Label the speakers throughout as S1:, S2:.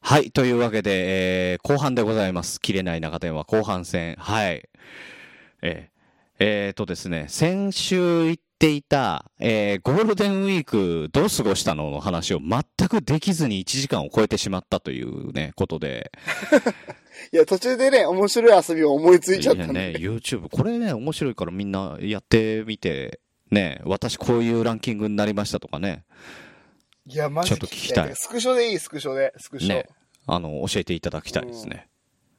S1: はい。というわけで、えー、後半でございます。切れない中電話後半戦。はい。えー、えー、とですね、先週言っていた、えー、ゴールデンウィークどう過ごしたのの話を全くできずに1時間を超えてしまったというね、ことで。
S2: いや、途中でね、面白い遊びを思いついちゃったん
S1: ね。YouTube。これね、面白いからみんなやってみて、ね、私こういうランキングになりましたとかね。
S2: いや、マジ
S1: ちょっと聞きたい。
S2: スクショでいい、スクショで、スクショ。
S1: ね。あの、教えていただきたいですね。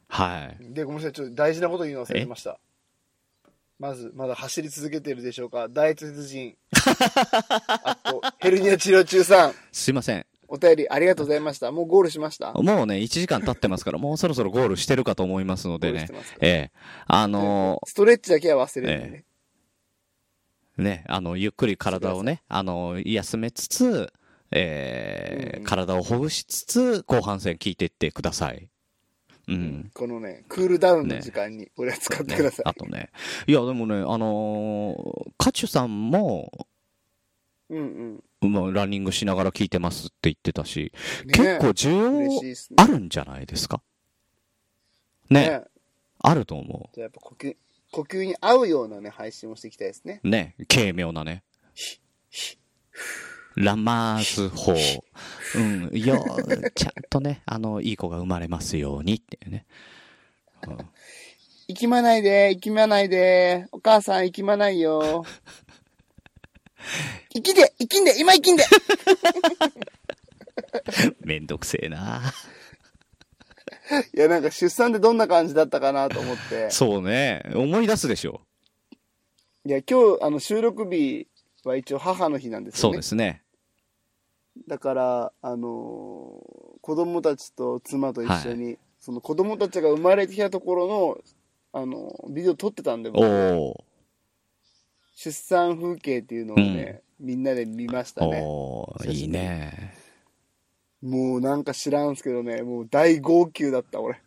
S1: はい。
S2: で、ごめんなさい、ちょっと大事なこと言うの忘れてました。まず、まだ走り続けてるでしょうか。大鉄人。 あと、ヘルニア治療中さん。
S1: すいません。
S2: お便りありがとうございました。もうゴールしました
S1: もうね、1時間経ってます から、もうそろそろゴールしてるかと思いますのでね。ええあの
S2: ストレッチだけは忘れないね、
S1: ええ、ね、あの、ゆっくり体をね、あの、休めつつ、えー、うん、体をほぐしつつ、後半戦聞いていってください。うん。
S2: このね、クールダウンの時間に、俺は使ってくださ
S1: ねね、
S2: い、
S1: あとね。いや、でもね、あのー、カチュさんも、
S2: うんうん。
S1: まあ、ランニングしながら聞いてますって言ってたし、ね、結構需要あるんじゃないですかねあると思
S2: う。じゃやっぱ呼吸、呼吸に合うようなね、配信をしていきたいですね。
S1: ね軽妙なね。ラマーズ法。うん、よ、ちゃんとね、あの、いい子が生まれますようにっていうね。
S2: うん、いきまないで、いきまないで、お母さんいきまない よ。生きで、生きんで、今生きんで
S1: めんどくせえな。
S2: いや、なんか出産でどんな感じだったかなと思って。
S1: そうね。思い出すでしょ。
S2: いや、今日、あの、収録日、は一応母の日なんですよ
S1: そう
S2: ね。
S1: ですね。
S2: だから、あのー、子供たちと妻と一緒に、はい、その子供たちが生まれてきたところの、あのー、ビデオ撮ってたんで、僕
S1: は。
S2: 出産風景っていうのをね、うん、みんなで見ましたね。
S1: おいいね。
S2: もうなんか知らんすけどね、もう大号泣だった、俺。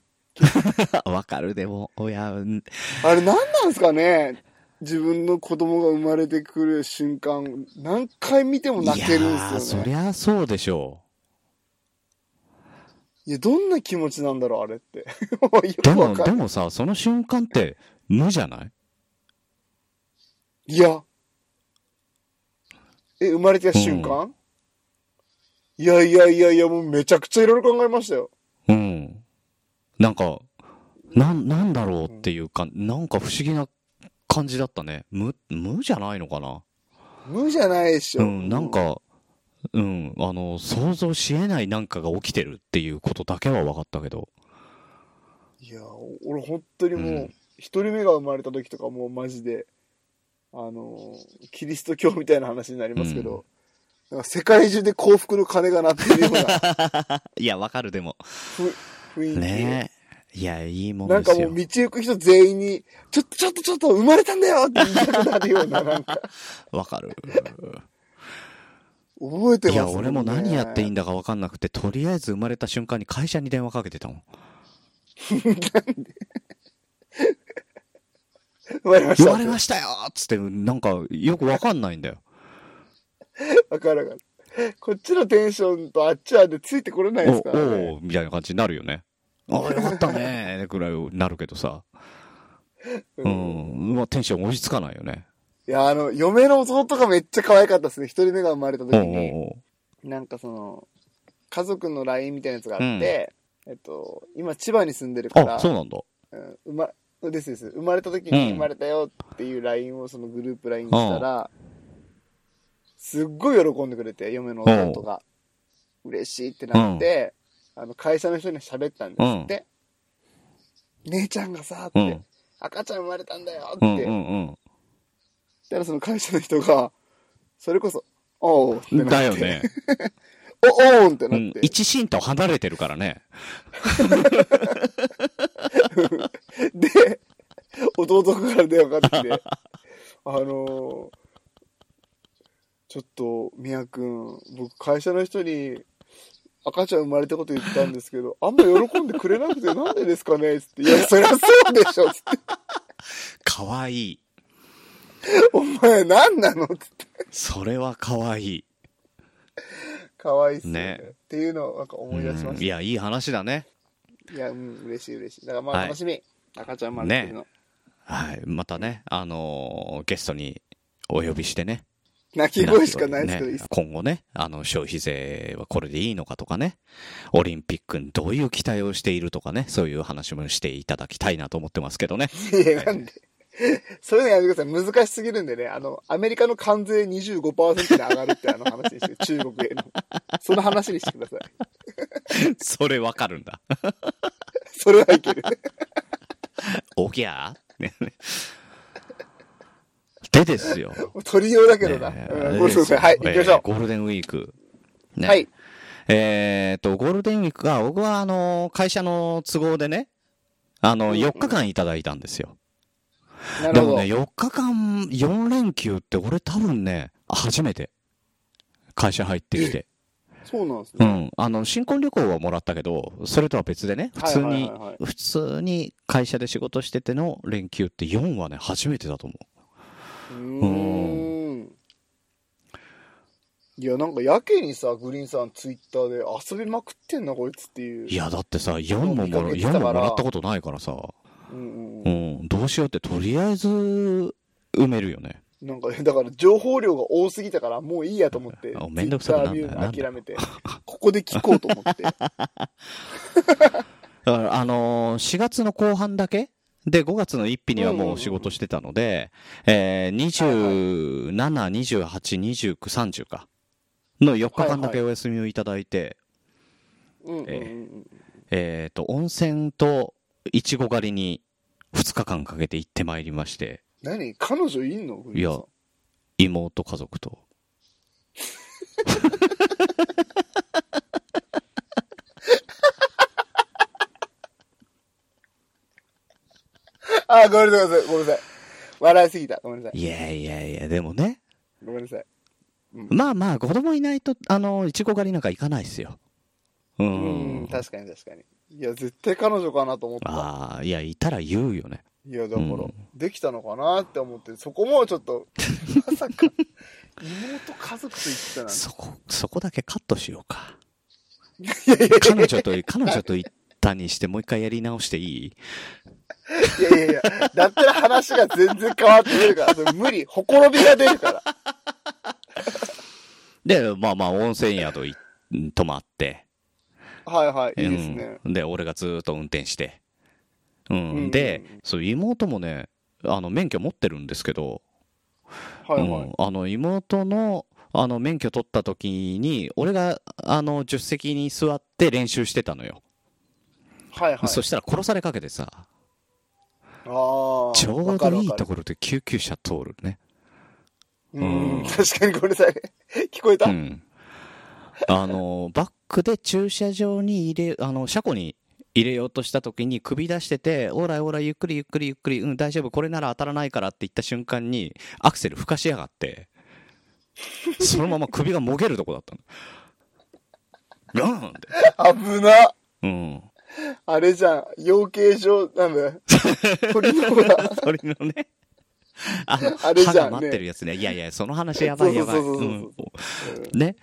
S1: わかる、でも、親、あ
S2: れ何なんですかね自分の子供が生まれてくる瞬間、何回見ても泣けるんですよ
S1: ね。そりゃそうでしょ
S2: う。いや、どんな気持ちなんだろう、あれって。
S1: で も、でもさ、その瞬間って無じゃない
S2: いや。え、生まれた瞬間、うん、いやいやいやいや、もうめちゃくちゃいろいろ考えましたよ。
S1: うん。なんか、な、なんだろうっていうか、うん、なんか不思議な感じだったね。無、無じゃないのかな
S2: 無じゃないでしょ。
S1: うん、なんか、うん、あの、想像しえないなんかが起きてるっていうことだけは分かったけど。
S2: いや、俺本当にもう、一、うん、人目が生まれた時とかもうマジで、あの、キリスト教みたいな話になりますけど、うん、なんか世界中で幸福の鐘が鳴ってるような。
S1: いや、わかるでも。
S2: 雰囲気。
S1: ねいや、いいもん
S2: なんかもう道行く人全員に、ちょっとちょっとちょっと生まれたんだよって言いたくなるような、なんか。
S1: わかる。
S2: 覚えてます、ね、いや、
S1: 俺も何やっていいんだかわかんなくて、とりあえず生まれた瞬間に会社に電話かけてたもん。
S2: なんで生まれました。
S1: 生まれましたよつって、なんかよくわかんないんだよ。
S2: わかるわかる。こっちのテンションとあっちはでついてこれないですから、ね、
S1: おおみたいな感じになるよね。ああ、よかったねぐらいになるけどさ。うん。まあ、テンション落ち着かないよね。
S2: いや、あの、嫁の弟がめっちゃ可愛かったですね。一人目が生まれた時に。なんかその、家族の LINE みたいなやつがあって、うん、えっと、今千葉に住んでるから。
S1: あ、そうなんだ。
S2: うん、生ま、ですです。生まれた時に生まれたよっていう LINE をそのグループ LINE にしたら、うん、すっごい喜んでくれて、嫁の弟が。嬉しいってなって、うんあの、会社の人に喋ったんですって。うん、姉ちゃんがさ、って、うん、赤ちゃん生まれたんだよ、って。うんうんうん。たらその会社の人が、それこそ、おうってなって。
S1: だよね。
S2: お、おんってなって。
S1: 一シーンと離れてるからね。
S2: で、弟から電話かかって きて、あのー、ちょっと、みやくん、僕会社の人に、赤ちゃん生まれたこと言ったんですけど、あんま喜んでくれなくてなんでですかねつって、いや、そりゃそうでしょつって。
S1: かわいい。
S2: お前何なのつって。
S1: それはかわいい。
S2: かわいそう、
S1: ね
S2: っていうのをなんか思い出しま
S1: うん
S2: し
S1: いや、いい話だね。
S2: た。いや、うん、嬉しい嬉しい。だからま
S1: は
S2: あ
S1: い
S2: 楽しみ。赤ちゃん生まれてるの。
S1: はい。またね、あのーゲストにお呼びしてね。
S2: 泣き声しかないですけど、いいっ
S1: ね
S2: す、
S1: 今後ね、あの、消費税はこれでいいのかとかね、オリンピックにどういう期待をしているとかね、そういう話もしていただきたいなと思ってますけど ね。
S2: いや、なんで。そういうのやめてください。難しすぎるんでね、あの、アメリカの関税25%で上がるってあの話にして、中国への。その話にしてください。
S1: それわかるん だ。
S2: それはいける。
S1: おぎゃーねでですよ。
S2: もう取りようだけどな。
S1: ね
S2: うん、
S1: あ
S2: ご
S1: れ
S2: め
S1: で
S2: んな
S1: すよ
S2: さい。はい、
S1: えー
S2: 行きましょ
S1: ゴールデンウィーク。
S2: う。
S1: ね
S2: はい。
S1: えーっと、ゴールデンウィークが、僕はあの、会社の都合でね、あ
S2: うん
S1: の、
S2: うん
S1: 4日間いただいたんですよ。で
S2: なるほ
S1: も
S2: ど。
S1: ね、4日間、4連休って俺多分ね、初めて。会社入ってきて。
S2: そうなんです
S1: う
S2: ね。
S1: ん。あの、新婚旅行はもらったけど、それとは別でね、普通
S2: はいはい
S1: に
S2: はいはい、
S1: 普通に会社で仕事してての連休って4はね、初めてだと思う。
S2: うーん。いや、なんかやけにさ、グリーンさんツイッターで遊びまくってんな、こいつっていう。
S1: いや、だってさ、4ももら
S2: 見かけてた
S1: 4
S2: から
S1: ももらったことないからさ、
S2: うんうんう。
S1: うんん、どうしようって、とりあえず埋めるよね。
S2: なんか、だから情報量が多すぎたから、もういいやと思って
S1: あ、めんどくさくなんだよ
S2: Twitter 見るの諦めて、ここで聞こうと思 って。
S1: だから、あのー4月の後半だけで、5月の1日には
S2: うんうん
S1: も
S2: うん
S1: う仕事してたので、えー、27、28、29、30か。の4日間だけお休みをいただいて、
S2: うんうんうん
S1: ええっ、と、温泉といちご狩りに2日間かけて行ってまいりまして、
S2: 何彼女いんのグリーンさん。
S1: 妹家族と。
S2: あ、ごめんなさい、ごめんなさい。笑いすぎた。ごめんなさい。
S1: いやいやいや、でもね、
S2: ごめんなさい。
S1: まあまあ、子供いないと、あの、いちご狩りなんか行かないっすよ。う。
S2: うんん、確かに確かに。いや、絶対彼女かなと思った。
S1: ああ、いや、いたら言うよね。
S2: いや、だか
S1: う
S2: ら
S1: ん、
S2: できたのかなって思って、そこもちょっと、まさか、妹家族と言ってたなんて
S1: そこ、そこだけカットしよう か。
S2: いやいや
S1: 彼女と、彼女と行ったにして、もう一回やり直していい
S2: いやいやいや、だったら話が全然変わってくるから、それ無理、ほころびが出るから。
S1: で、まあまあ、温泉宿い泊まって。
S2: はいはい、いいですね。
S1: うん。で、俺がずーっと運転して。うん。
S2: うん
S1: で、そう、妹もね、あの、免許持ってるんですけど、
S2: はいは
S1: う
S2: い。
S1: んあの妹のあの免許取った時に俺があの助手席に座って練習してたのよ、
S2: はいはい。
S1: そしたら殺されかけてさ
S2: ああ。
S1: ちょう
S2: わか
S1: ど
S2: るわ
S1: いい
S2: か
S1: と
S2: る
S1: ころで救急車通るね
S2: うん、確かにごめんなさい。 聞こえた、
S1: うんあのバックで駐車場に入れあの車庫に入れようとした時に首出してて「オーライオーライゆっくりゆっくりゆっくりうん大丈夫これなら当たらないから」って言った瞬間にアクセルふかしやがってそのまま首がもげるとこだったの。ガーンって
S2: 危な。
S1: うん。
S2: あれじゃん。養鶏場、な んだよ鳥の子が。
S1: 鳥のね。あの、
S2: あれじゃ
S1: 歯
S2: んね
S1: が待ってるやつね。いやいや、その話やばいやばい。
S2: そうそうそうそう
S1: うんね。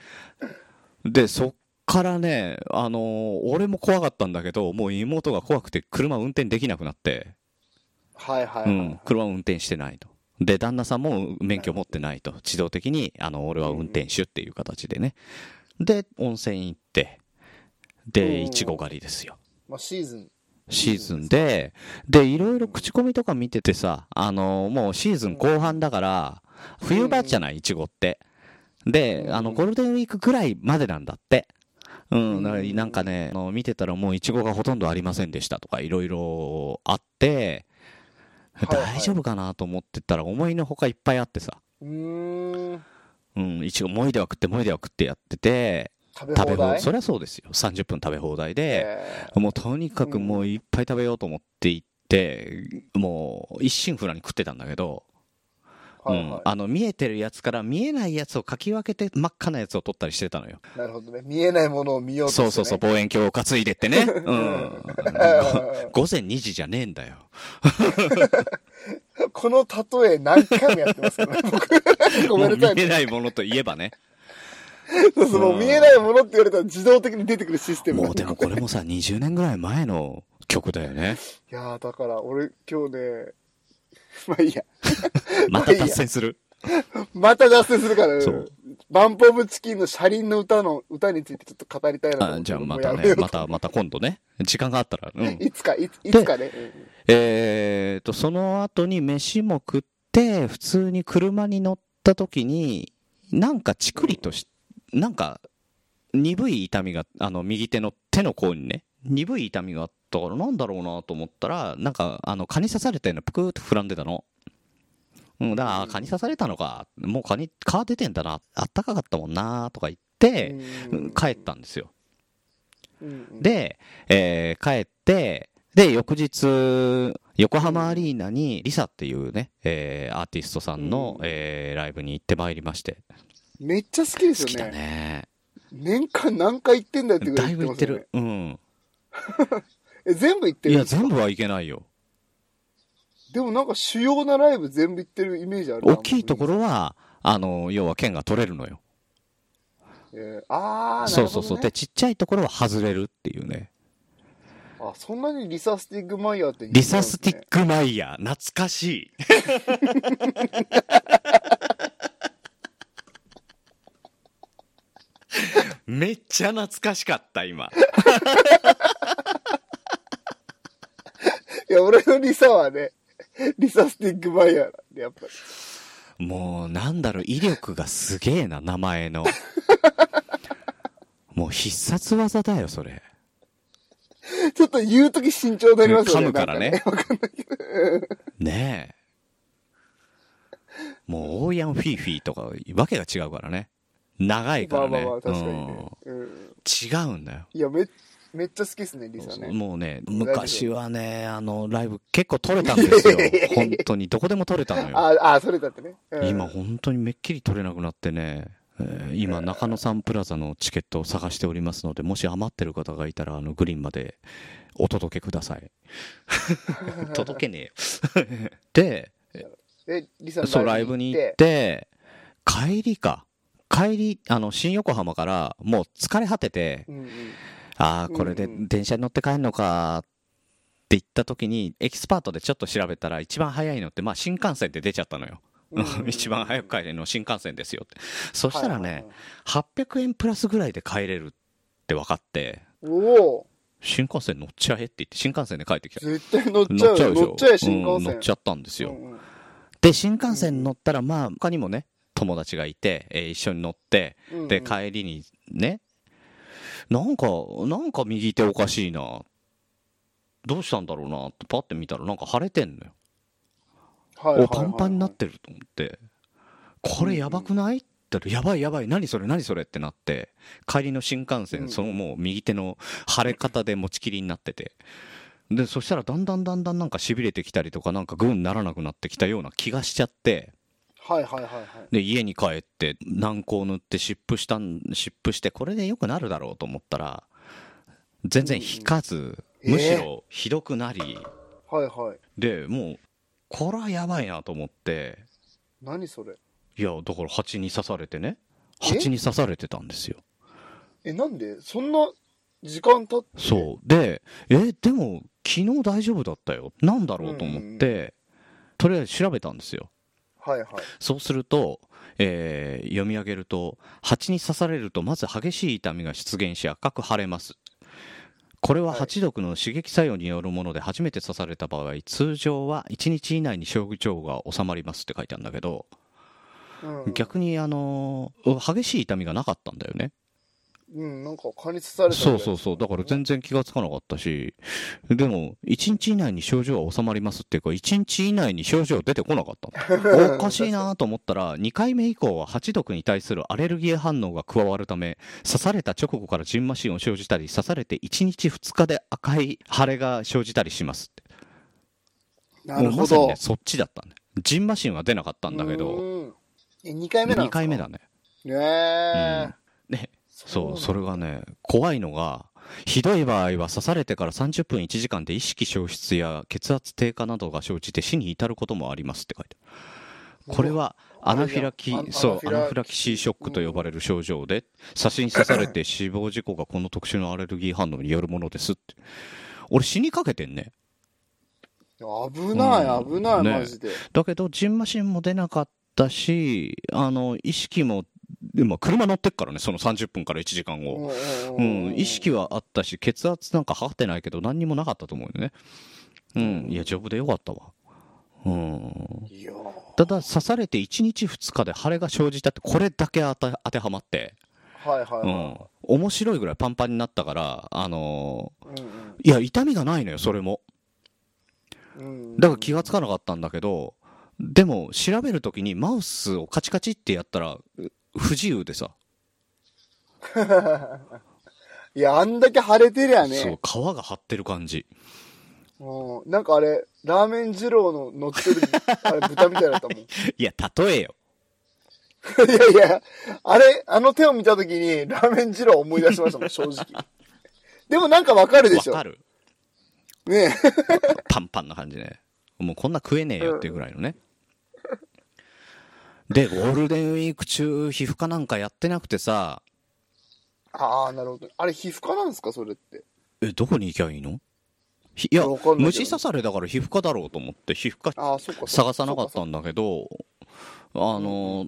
S1: で、そっからね、あのー俺も怖かったんだけど、もう妹が怖くて車運転できなくなって、
S2: はいはい、は
S1: う
S2: い
S1: ん、車運転してないと。で、旦那さんも免許持ってないと。自動的に、あの、俺は運転手っていう形でね。で、温泉行って、で、
S2: うん
S1: いちご狩りですよ。
S2: まあシーズン。
S1: シーズンで、で、いろいろ口コミとか見ててさ、あのもうシーズン後半だから、冬場じゃない、いちごって。で、あの、ゴールデンウィークぐらいまでなんだって。うん、だからなんかね、あの見てたらもういちごがほとんどありませんでしたとか、いろいろあって、
S2: はいはい
S1: 大丈夫かなと思ってたら、思いのほかいっぱいあってさ、
S2: うーん。
S1: うん、いちご、もいでは食って、もいでは食ってやってて、
S2: 食べ
S1: 食べ
S2: 放
S1: 放
S2: 題
S1: 題、そりゃそうですよ。30分食べ放題で、
S2: え
S1: もうとにかくもういっぱい食べようと思って行って、もう一心不乱に食ってたんだけど、
S2: ーはい
S1: うん
S2: は
S1: あの見えてるやつから見えないやつをかき分けて真っ赤なやつを取ったりしてたのよ。
S2: い。なるほどね。見えないものを見ようとして、
S1: そ
S2: ね。
S1: うそうそう、望遠鏡を担いでって ね。うん。ご午前2時じゃねえんだよ。
S2: この 例え何回もやってますから、僕。ごめんなさ
S1: もう
S2: い
S1: 見
S2: ね。
S1: えないものといえばね。
S2: そうそう、もう見えないものって言われたら自動的に出てくるシステム
S1: もうでもこれもさ、20年ぐらい前の曲だよ ね。
S2: いやー、だから俺今日ね、まあいいや。
S1: また達成する。
S2: また脱線するから、ね
S1: そう、
S2: バンポブチキンの車輪の歌の、歌についてちょっと語りたいなと思
S1: あ
S2: って
S1: じゃあ
S2: も
S1: ま
S2: う
S1: た
S2: やめ
S1: ね
S2: よ、う
S1: また、また今度ね。時間があったら。うん。
S2: いつか、いついつかね。
S1: えー、と、その後に飯も食って、普通に車に乗った時に、なんかチクリとし、なんか、鈍い痛みが、あの、右手の手の甲にね、鈍い痛みがあったから、なんだろうなと思ったら、なんか、あの、蚊に刺されたような、ぷくーっと膨らんでたの。うん、だから、あー蚊に刺されたのか、もう蚊に、蚊出てんだな、あったかかったもんなとか言って、うん帰ったんですよ。
S2: うん、
S1: で、えー帰って、で、翌日、横浜アリーナに、リサっていうね、えーアーティストさんの、
S2: うん
S1: えーライブに行ってまいりまして。
S2: めっちゃ好きで
S1: 好
S2: す
S1: き
S2: よ
S1: だ
S2: ね。
S1: ね。
S2: 年間何回行ってんだよってぐら
S1: だ
S2: い
S1: いぶ
S2: 行
S1: 行
S2: っ
S1: ってて
S2: ますよね
S1: る。。うん。
S2: え、全部行って
S1: い
S2: るん
S1: や、
S2: ですか
S1: 全部はいけないよ。
S2: でもなんか主要なライブ全部行ってるイメージあるな
S1: 大きいとこ。ろは、あの、要は剣が取れるのよ。
S2: えーあー、な
S1: そ
S2: る
S1: う
S2: ほど、
S1: そ
S2: ね。
S1: うそう。で、ちっちゃいところは外れるっていうね。
S2: あ、そんなにリサスティックマイヤーって人気なんで
S1: リ
S2: すね、
S1: サスティックマイヤー、懐かしい。 めっちゃ懐かしかった、今。
S2: いや、俺のリサはね、 リサスティックマイヤーなんで、やっぱり。
S1: もう、なんだろう、威力がすげえな、名前の。もう必殺技だよ、それ。
S2: ちょっと言うとき慎重になりますよ
S1: 噛
S2: ね。
S1: むから
S2: なん
S1: ね。ねえ。もう、オーヤンフィーフィーとか、わけが違うからね。長い
S2: か。
S1: か
S2: ま
S1: ら
S2: あまあ
S1: ね。
S2: まあ、確かに
S1: うん
S2: ね。うん。
S1: 違うんだよ。
S2: いや、め、めっちゃ好きですね、リサね。
S1: もうね、
S2: 丈夫
S1: 昔はね、あの、ライブ結構撮れたんですよ
S2: いやいやいやい。や
S1: 本当に。どこでも撮れたのよ。
S2: ああ、それだってね。うん
S1: 今本当にめっきり撮れなくなってね、えー今中野サンプラザのチケットを探しておりますので、もし余ってる方がいたら、あの、グリーンまでお届けくださ い。届けねえよ。 で、
S2: え、リサ
S1: そう、
S2: の
S1: ライブに行っ。て、帰りか。帰り、あの、新横浜から、もう疲れ果てて、
S2: うんうん。
S1: ああ、これで
S2: うんうん
S1: 電車に乗って帰るのかって言った時に、エキスパートでちょっと調べたら、一番早いのって、まあ新幹線で出ちゃったのよ。
S2: うん
S1: 一番早く帰れるの新幹線ですよって。そしたら
S2: はいはい
S1: ね
S2: はい、
S1: 800円プラスぐらいで帰れるって分かって、
S2: おお
S1: 新幹線乗っちゃえって言って、新幹線で帰ってきた。
S2: 絶対乗っちゃうよ。乗っちゃえ、新幹線。
S1: うん乗っちゃったんですよ。
S2: うんうん
S1: で、新幹線に乗ったら、まあ他にもね、友達がいて、えー一緒に乗って、
S2: うんうん
S1: で、帰りにね、なんか、なんか右手おかしいな。どうしたんだろうなってパッて見たらなんか腫れてんのよ。
S2: はいはいはいはい
S1: お、パンパンになってると思って、これやばくないって言ったら、やばいやばい、何それ何それってなって、帰りの新幹
S2: う
S1: 線、
S2: ん
S1: そのもう右手の腫れ方で持ちきりになってて。で、そしたらだんだんだんだんなんか痺れてきたりとか、なんかグーにならなくなってきたような気がしちゃって、
S2: はいはいはいはい。
S1: で家に帰って軟膏塗って湿布したん湿布してこれで良くなるだろうと思ったら全然引かず、
S2: うんうん
S1: むしろひどくなり、
S2: はいはい。
S1: でもうこれはやばいなと思って
S2: 何それ
S1: いやだから蜂に刺されてね
S2: え
S1: 蜂に刺されてたんですよ
S2: え、なんでそんな時間経って。
S1: そうでえでも昨日大丈夫だったよなんだろうと思って、とりあえず調べたんですよ
S2: はいはい。
S1: そうすると、えー読み上げると蜂に刺されるとまず激しい痛みが出現し赤く腫れますこれは
S2: はい
S1: 蜂毒の刺激作用によるもので初めて刺された場合通常は1日以内に症状が治まりますって書いてあるんだけど
S2: うんうん、
S1: 逆にあのー激しい痛みがなかったんだよね
S2: うん、なんか加熱されたみたい
S1: そ
S2: な
S1: うそうそうだから全然気がつかなかったしでも1日以内に症状は治まりますっていうか1日以内に症状出てこなかった のおかしいなと思ったら2回目以降は蜂毒に対するアレルギー反応が加わるため刺された直後から蕁麻疹を生じたり刺されて1日2日で赤い腫れが生じたりしますって
S2: なる
S1: もう
S2: ほ
S1: まさに
S2: ど。
S1: ねそっちだったね蕁麻疹は出なかったんだけ
S2: う
S1: ど
S2: ん。え、2回目なん
S1: 2回目だね
S2: ねえ、
S1: うんね
S2: う
S1: そ
S2: な
S1: う、
S2: んだ
S1: それがね、怖いのが、ひどい場合は刺されてから30分1時間で意識消失や血圧低下などが生じて死に至ることもありますって書いてある。これはアナフィラキ
S2: あれじゃん
S1: そ
S2: あ
S1: うアナフィラ
S2: キ
S1: キシーショックと呼ばれる症状で刺しに刺されて死亡事故がこの特殊なアレルギー反応によるものですって俺死にかけてんね
S2: 危ない、
S1: うん
S2: 危ない、
S1: ね
S2: マジで。
S1: だけどジンマシンも出なかったしあの意識もでも車乗ってっからねその30分から1時間後、う、
S2: うん
S1: 意識はあったし血圧なんか測ってないけど何にもなかったと思うよねうんいや丈夫でよかったわうん
S2: いや
S1: ただ刺されて1日2日で腫れが生じたってこれだけ当て当てはまって、
S2: はいは
S1: う
S2: い
S1: ん
S2: は、
S1: 面白いぐらいパンパンになったからあの
S2: い。うん
S1: ーいや痛みがないのよそれも
S2: うん
S1: だから気がつかなかったんだけどでも調べるときにマウスをカチカチってやったらう不自由でさ、
S2: いや、あんだけ腫れてりゃ
S1: そう
S2: ね。
S1: 皮が張ってる感じ
S2: うん。なんかあれ、ラーメン二郎の乗ってる、あれ、豚みたいだったもん。 い
S1: いや例えよ
S2: やいや、あれ、あの手を見たときに、ラーメン二郎を思い出しましたもん、正直。でもなんかわかるで
S1: わ
S2: しょ。
S1: かる
S2: ねえ。
S1: パンパンな感じね。もうこんな食えねえよっていうぐらいのね。で、ゴールデンウィーク中、皮膚科なんかやってなくてさ、
S2: ああ、なるほど。あれ、皮膚科なんですか、それって。
S1: え、どこに行きゃいいのひいや、
S2: わかんないけど
S1: 虫刺されだから皮膚科だろうと思って、皮膚科
S2: ああ、そっかそっか。
S1: 探さなかっ
S2: そ
S1: たんだけど、あの、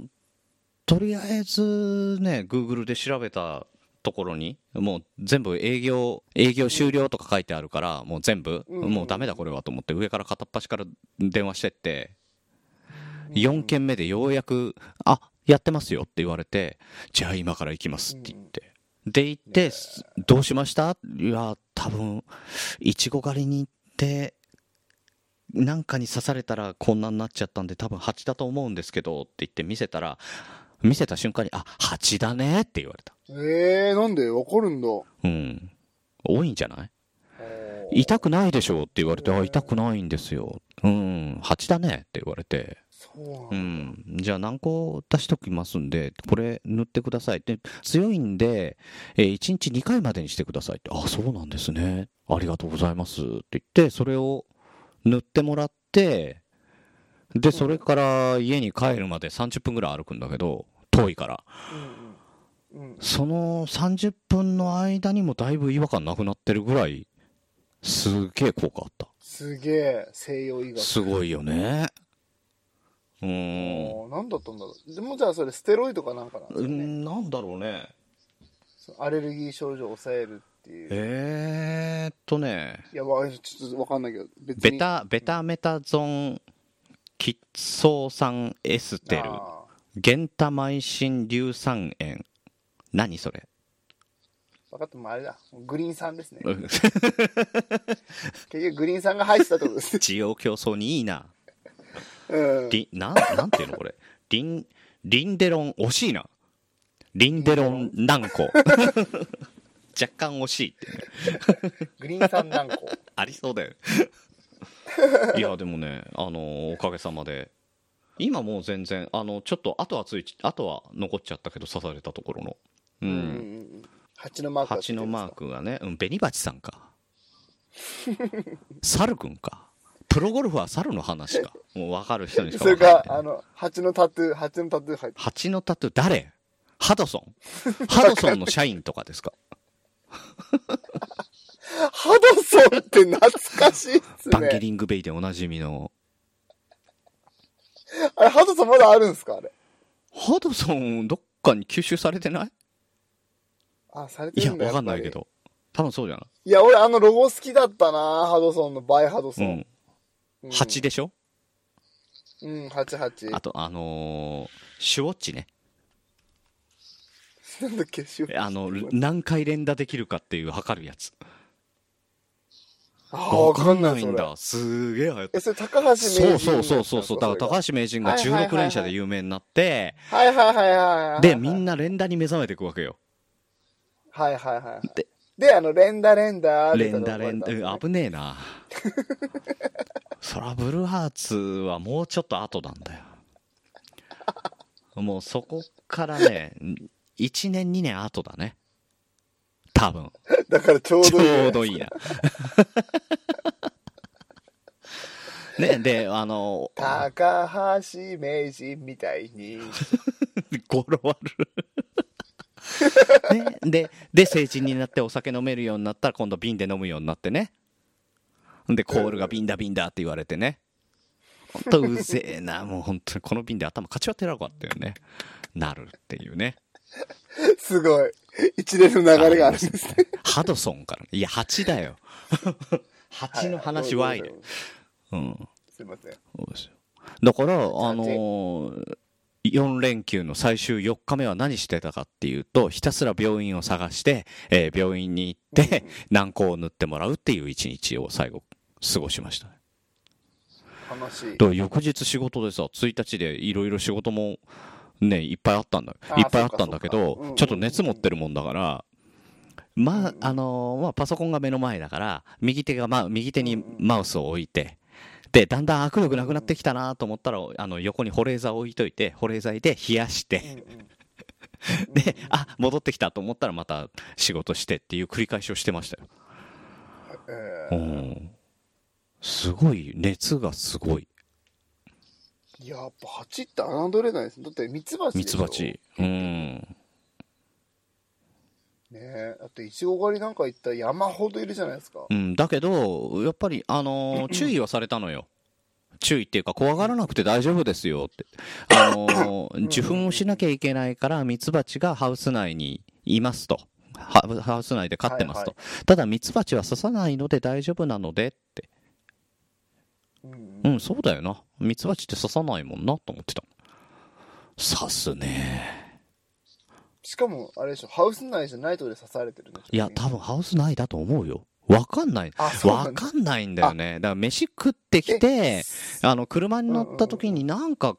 S1: とりあえずね、Google で調べたところに、もう全部営業、営業終了とか書いてあるから、もう全部、
S2: うん
S1: もうダメだこれはと思って、上から片っ端から電話してって、4件目でようやく、あ、やってますよって言われて、じゃあ今から行きますって言って。で、行って、すどうしましたいや、多分、いちご狩りに行って、なんかに刺されたらこんなになっちゃったんで、多分蜂だと思うんですけどって言って見せたら、見せた瞬間に、あ、蜂だねって言われた。
S2: っか。ええー、なんでわかるんだ。
S1: うん。多いんじゃない
S2: えー
S1: 痛くないでしょうって言われて、あ、痛くないんですよ。うん、蜂だねって言われて。
S2: そ
S1: う
S2: うなんだ。
S1: ん、じゃあ何個出しときますんで、これ塗ってください。で、強いんで、え1日2回までにしてくださいって。あ、そうなんですね。ありがとうございます。って言って、それを塗ってもらって、で、それから家に帰るまで30分ぐらい歩くんだけど、遠いから。
S2: うんうん。うん
S1: その30分の間にもだいぶ違和感なくなってるぐらい、すげえ効果あった。
S2: すげえ、西洋医学。
S1: すごいよね。う
S2: あ
S1: ん。
S2: ーなんだったんだろう。でもじゃあそれステロイドかなんかなんです
S1: う
S2: かね。
S1: ん、なんだろうね。
S2: そうアレルギー症状を抑えるっていう。
S1: えーっとね、
S2: いや、わちょっとわかんないけど、別に。
S1: ベタ、ベタメタゾン、キッソー酸エステル、
S2: あ
S1: ゲンタマイシン硫酸塩。何それ
S2: ー分かってもあれだ。グリーンさんですね。
S1: うん
S2: 結局グリーンさんが入ってたってこと です。
S1: 需要競争にいいな。
S2: うん。
S1: リン、なん、なんていうのこれ。リン、リンデロン、惜しいな。リンデロン軟 膏。若干惜しいってね。
S2: グリーンさん何個。
S1: ありそうだよ。 いや、でもね、あのおかげさまで。今もう全然、あの、ちょっと、後はつい、後は残っちゃったけど、刺されたところの。う
S2: うんうん
S1: ん。
S2: うん。蜂のマークがついて
S1: 蜂
S2: る
S1: の
S2: んです
S1: マ
S2: か
S1: ークがね、うん、紅鉢さんか。猿くんか。プロゴルファー猿の話か。もう分かる人にしか
S2: それ
S1: 分か
S2: か
S1: ん、ない。
S2: あの、蜂のタトゥー、蜂のタトゥー入って
S1: 蜂のタトゥー誰ハドソン。ハドソンの社員とかですか。
S2: ハドソンって懐かしいっす
S1: バンゲ
S2: ね。
S1: リングベイでおなじみの。
S2: あれ、ハドソンまだあるんすかあれ。
S1: ハドソン、どっかに吸収されてない
S2: あ、されて
S1: いや、
S2: るんだ
S1: わかんないけ。
S2: やっぱ
S1: ど。多分そうじゃない
S2: りいや、俺あのロゴ好きだったなハドソンのバイハドソン。う
S1: うんん、蜂でしょ、
S2: うん、八八。
S1: あと、あのーシュウォッチね。
S2: なんだっけ、し
S1: あの、何回連打できるかっていう測るやつ。
S2: あー、わかんない
S1: ん
S2: それ
S1: だ。すげえ流行った
S2: え、それ高橋名人
S1: そうそうそうそうそう。だから
S2: 橋。
S1: 高橋名人が
S2: はいはいはいは
S1: 16
S2: い
S1: 連射で有名になって、
S2: はいはいはいはいはい。
S1: で、みんな連打に目覚めていくわけよ。
S2: はいはいはいはい。
S1: で
S2: で、であの、連打連打って言
S1: 連
S2: った
S1: 打
S2: の覚え
S1: 連
S2: た
S1: 打、うん危ねえな。 そら、ブルーハーツはもうちょっと後なんだよ。もうそこからね、1年2年後だね。多分。
S2: だからちょう
S1: ち
S2: どいいね。
S1: ょうどいいな。ね、で、あの、
S2: 高橋名人みたいに。
S1: 語呂悪い、ね、でで成人になってお酒飲めるようになったら今度瓶で飲むようになってねでコールが瓶だ瓶だって言われてねほんとうぜえなもう本当にこの瓶で頭かち割ってやろうかっていうねなるっていうね
S2: すごい。一連の流れがあるんですね。
S1: ハドソンからねいや8だよ8の話
S2: は
S1: はいいうん
S2: すいません。
S1: そうですよだから、あのー、4連休の最終4日目は何してたかっていうとひたすら病院を探して、えー病院に行って軟膏を塗ってもらうっていう一日を最後過ごしましたね
S2: 楽しい
S1: だ。から翌日仕事でさ1日でいろいろ仕事もねいっぱいあったんだ
S2: あー
S1: いっぱいあったんだけ
S2: そうか
S1: ど、
S2: そうかうん
S1: ちょっと熱持ってるもんだからまああのーまあ、パソコンが目の前だから右手が、まあ、右手にマウスを置いてでだんだん握力なくなってきたなと思ったらあの横に保冷剤を置いといて保冷剤で冷やしてであ戻ってきたと思ったらまた仕事してっていう繰り返しをしてましたよ、う
S2: え
S1: ん、すごい熱がすごい
S2: ーやっぱ蜂って侮れないですね。だってミツバチ
S1: ミ
S2: でし
S1: ツ
S2: ょ。
S1: バチうん
S2: ねえ。だってイチゴ狩りなんか行ったら山ほどいるじゃないですか。
S1: うん、だけど、やっぱり、あのー注意はされたのよ。注意っていうか、怖がらなくて大丈夫ですよって。あのー受粉をしなきゃいけないから、ミツバチがハウス内にいますと。ハハウス内で飼ってますと。
S2: は
S1: ただ、ミツバチは刺さないので大丈夫なのでって。
S2: うんうん
S1: うん、そうだよな。ミツバチって刺さないもんなと思ってた。刺すね。
S2: しかも、あれでしょ、ハウス内じゃないところで刺されてるんでしょ
S1: いや、多分ハウス内だと思うよ。わかんない。
S2: あそうな
S1: わ
S2: んだ
S1: かんないんだよね。だから飯食ってきて、あの、車に乗った時になんか、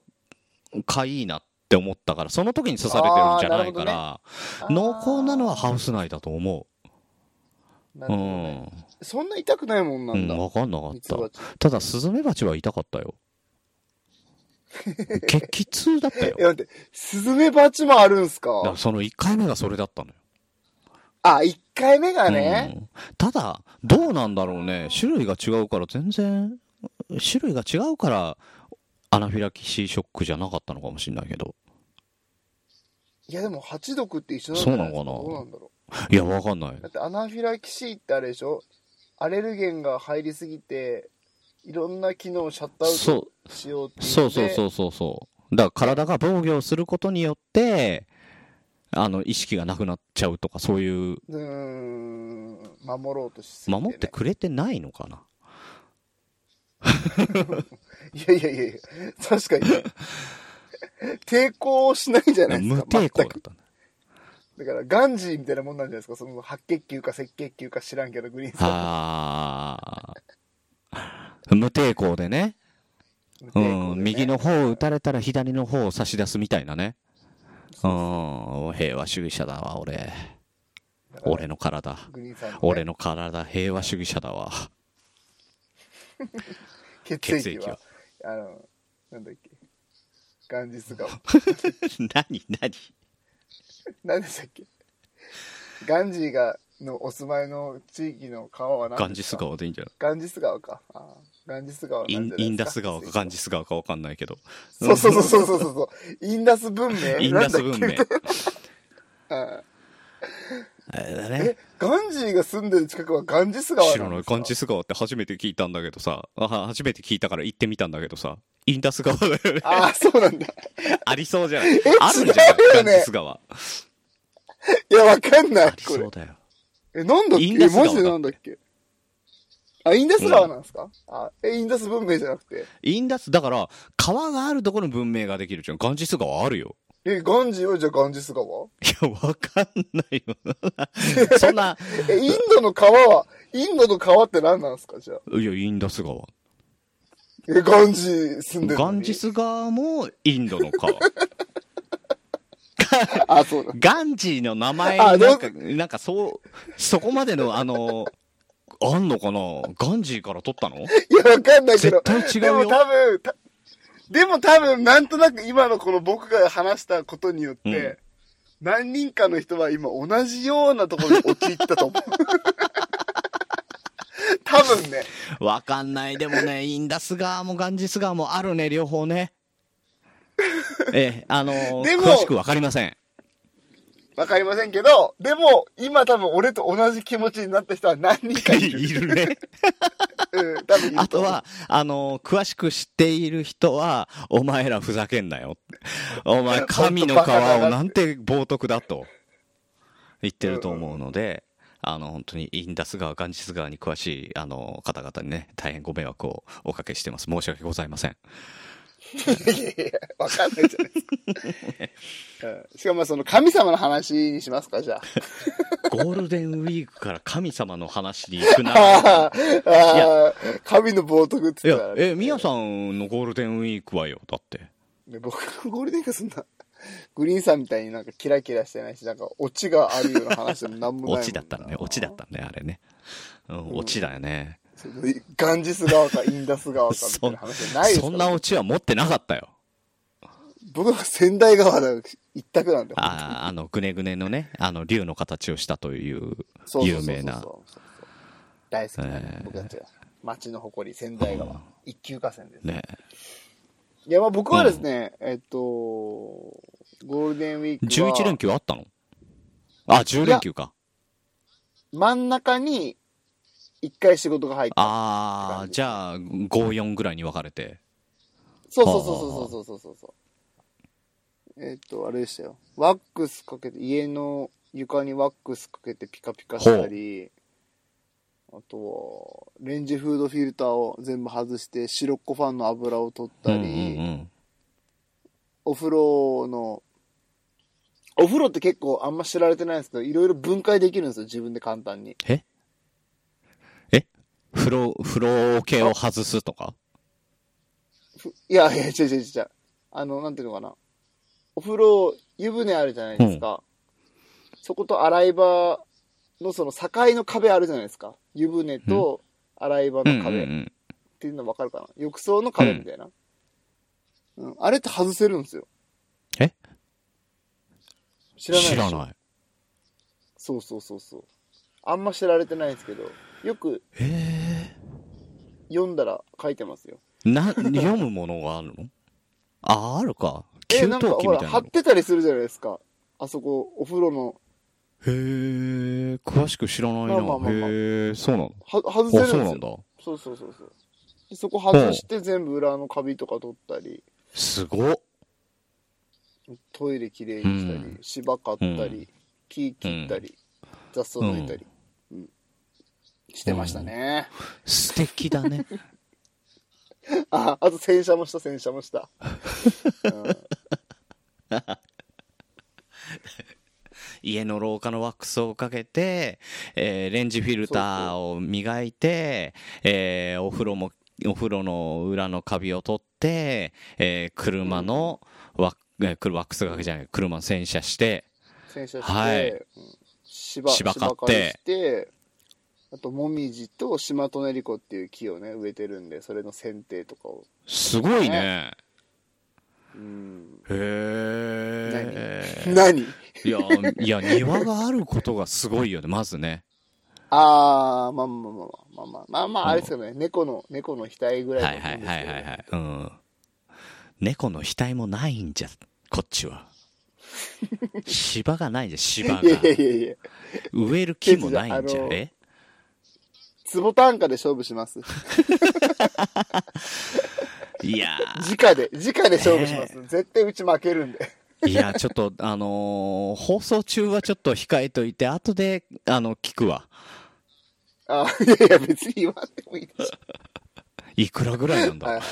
S1: かいいなって思ったから、その時に刺されてるんじゃないから、
S2: あー
S1: 濃厚なのはハウス内だと思
S2: な
S1: う。う
S2: るほどね
S1: ん。
S2: そんな痛くないもんな
S1: うんん、
S2: だ。
S1: わかんなかっ
S2: ミツ
S1: た。
S2: バチ。
S1: ただ、スズメバチは痛かったよ。激痛だったよ。
S2: え、待って、スズメバチもあるんす
S1: だから
S2: か
S1: その1回目がそれだったのよ。
S2: あ、1回目がね。
S1: うんただどうなんだろうね種類が違うから全然種類が違うからアナフィラキシーショックじゃなかったのかもしれないけど
S2: いや、でも、ハチ毒って一緒なんじゃないです
S1: そうなのかな
S2: どうなんだろ。
S1: いやわかんないう
S2: だって、アナフィラキシーってあれでしょアレルゲンが入りすぎて、いろんな機能をシャットアウ
S1: そう
S2: トしようってい
S1: そうそう
S2: う
S1: そ
S2: の
S1: うそうそうだから体が防御をすることによってあの意識がなくなっちゃうとかそういう
S2: で。うーん、守ろうとしすぎて、ね。
S1: 守ってくれてないのかない
S2: やいやいやいや、確かに ね。抵抗しないじゃないです
S1: 無
S2: か。
S1: 抵抗だ
S2: 全
S1: っ
S2: く
S1: たね
S2: だから、ガンジーみたいなもんなんじゃないですか。その、白血球か赤血球か知らんけど、グリーンさん。
S1: あー無抵抗でね
S2: 無抵抗でね
S1: うん、右の方を打たれたら左の方を差し出すみたいなね。うん、平和主義者だわ、俺。俺の体。
S2: グリーンさんのね、
S1: 俺の体、平和主義者だわ。
S2: 血液
S1: 血液は
S2: は、あの、なんだっけ。ガンジス川。
S1: 何何
S2: 何でしたっけガンジーが、のお住まいの地域の川は何
S1: ガン
S2: で
S1: ジ
S2: す
S1: ス
S2: か
S1: 川でいいんじゃない
S2: ガンジス川か。ああガンジス川なんじ
S1: イ
S2: ゃない
S1: ン
S2: ですか
S1: インダス川かガンジス川かわかんないけど。
S2: そうそうそうそうそうそう。インダス文明
S1: インダス文
S2: なん
S1: 明
S2: だっ。
S1: あれだ
S2: けえ
S1: ね。、
S2: ガンジーが住んでる近くはガンジス川
S1: 知らない。ガンジ
S2: ス
S1: ス川って初めて聞いたんだけどさ。あは初めて聞いたから行ってみたんだけどさ。インダス川だよね。
S2: ああ、そうなんだ。
S1: ありそうじゃないあるんじゃない
S2: 違う
S1: ガ
S2: よ
S1: ン
S2: ね
S1: ジス川。
S2: いや、わかんな
S1: あ
S2: い
S1: り、
S2: こ
S1: そ
S2: れ
S1: う。だよ。
S2: え、なんだっけ
S1: インダ
S2: え、
S1: ス川
S2: マ
S1: だ
S2: ジでなんだっけあ、インダス川なんですか、あ、え、インダス文明じゃなくて。
S1: インダス、だから、川があるところに文明ができるじゃん。ガンジス川あるよ。
S2: え、ガンジーはじゃあガンジス川
S1: いや、わかんない よ。そんな、
S2: え、インドの川は、インドの川って何なんですかじゃあ。
S1: いや、インダス川。
S2: え、ガンジー住んでるの
S1: ガ
S2: に。
S1: ンジス川もインドの川。
S2: あ、そうだ。
S1: ガンジーの名前
S2: あ
S1: に
S2: ど
S1: な
S2: うん
S1: か、なんかそう、そこまでの、あの、あんのかなガンジーから取ったの
S2: いや、わかんないけど。
S1: 絶対違うよ
S2: でも多分、たでも多分、なんとなく今のこの僕が話したことによって、何人かの人は今同 じようなところに陥ったと思う。多分ね。
S1: わかんない。でもね、インダス川もガンジス川もあるね、両方ね。ええ、あのー
S2: でも
S1: 詳しくわかりません。
S2: わかりませんけど、でも、今多分俺と同じ気持ちになった人は何人か い
S1: い
S2: る。
S1: るね。
S2: うん、多分いる思 う
S1: あと、は、あのー詳しく知っている人は、お前らふざけんなよ。お前、神の皮をなんて冒涜だと言ってると思うので、あの、本当にインダス川、ガンジス川に詳しい、あの方々にね、大変ご迷惑をおかけしてます。申し訳ございません。
S2: いやいやいや、わかんないじゃないで すか。うん、しかもまあその神様の話にしますか、じゃあ。
S1: ゴールデンウィークから神様の話に行く な。
S2: あーあー、神の冒涜っ
S1: い
S2: て言った
S1: や
S2: ら、、
S1: え、みやさんのゴールデンウィークはよ、だって。
S2: ね、僕のゴールデンウィークはそんな、グリーンさんみたいになんかキラキラしてないし、なんかオチがあるような話でもなんもないもんな
S1: オチだったね、オチだったね、あれね。うん、オチだよね。
S2: そのガンジス川かインダス川かみたいな話じゃないですか
S1: そんなオチは持ってなかったよ。
S2: 僕は仙台川だ一択なんだよ
S1: ああ、あの、ぐねぐねのね、あの、竜の形をしたという
S2: そうそうそ
S1: 有
S2: うそう
S1: 名な。
S2: 大好きな、
S1: えー
S2: 僕たちは町の誇り仙台川、
S1: うん
S2: 一級河川です、
S1: ね。
S2: いやまあ僕はですね、えっとゴールデンウィークは
S1: 11連休あったのあ、10連休か。
S2: 真ん中に一回仕事が入った
S1: ああ、じゃあ、5、4ぐらいに分かれて。
S2: そうそうそうそうそうそうそうそうえっとあれでしたよワックスかけて家の床にワックスかけてピカピカしたりあとはレンジフードフィルターを全部外して白っこファンの油を取っ
S1: うん
S2: た
S1: う
S2: り、
S1: んうん。
S2: お風呂の、お風呂って結構あんま知られてないんですけど、いろいろ分解できるんですよ、自分で簡単に。
S1: ええ風呂、風呂系を外すとか
S2: ふ いやいや、違う違う違う。あの、なんていうのかな。お風呂、湯船あるじゃないですか。そこと洗い場のその境の壁あるじゃないですか。湯船と洗い場の
S1: う
S2: 壁。
S1: んうんうん。
S2: っていうのわかるかな浴槽の壁みたいな、うんあれって外せるんですよ
S1: え
S2: 知らない
S1: 知
S2: でしょ
S1: らない。
S2: そうそうそうそうあんま知られてないんですけどよく
S1: え
S2: 読んだら書いてますよ
S1: ー、な、読むものがあるのあ、あるか。給
S2: え
S1: 湯器
S2: な
S1: み
S2: んかほ
S1: たい
S2: ら
S1: な
S2: 貼
S1: の。
S2: ってたりするじゃないですかあそこお風呂の
S1: へー、詳しく知らないな。
S2: まあまあまあまあ
S1: へー、そうなの
S2: は外せる
S1: あ、そう
S2: んです
S1: なん
S2: よ
S1: だ。
S2: そうそうそうそうでそこ外して全部裏のカビとか取ったり
S1: すごっ。
S2: トイレきれいにしたり、
S1: うん
S2: 芝刈ったり、
S1: うん
S2: 木切ったり、雑草抜いたり、うんしてましたね、
S1: 素敵だね。
S2: ああと洗車もした洗車もした、うん
S1: 家の廊下のワックスをかけて、えーレンジフィルターを磨いて、えーお風呂も、お風呂の裏のカビを取って、えー車のワッ、えーくるワックスかけじゃない、車の洗車して、
S2: 洗車して、
S1: はい
S2: うん芝
S1: 芝刈って
S2: 刈りしてあともみじとシマトネリコっていう木をね植えてるんでそれの剪定とかを
S1: すごいね。
S2: うん
S1: へえ。
S2: 何
S1: いや、いや、庭があることがすごいよね、まずね。
S2: ああまあまあまあまあまあまあまああれですけどね猫の猫の額ぐ
S1: は
S2: ら
S1: い
S2: い
S1: はい
S2: だと思うんです
S1: はい
S2: けど
S1: はいはい。うん。猫の額もないんじゃ、こっちは。芝がないじゃん、芝が。
S2: いやいやいやいや
S1: 植える木もないんじゃ
S2: 哲也あの
S1: え
S2: 壺単価で勝負します
S1: いや
S2: 直で直で勝負します、絶対うち負けるんで
S1: ー、いやー、ちょっと、あのー放送中はちょっと控えといて、後で、あの、聞くわ。
S2: あーいやいや別に言わんでもいいでし
S1: いくらぐらいなん
S2: ょ、はい
S1: だ。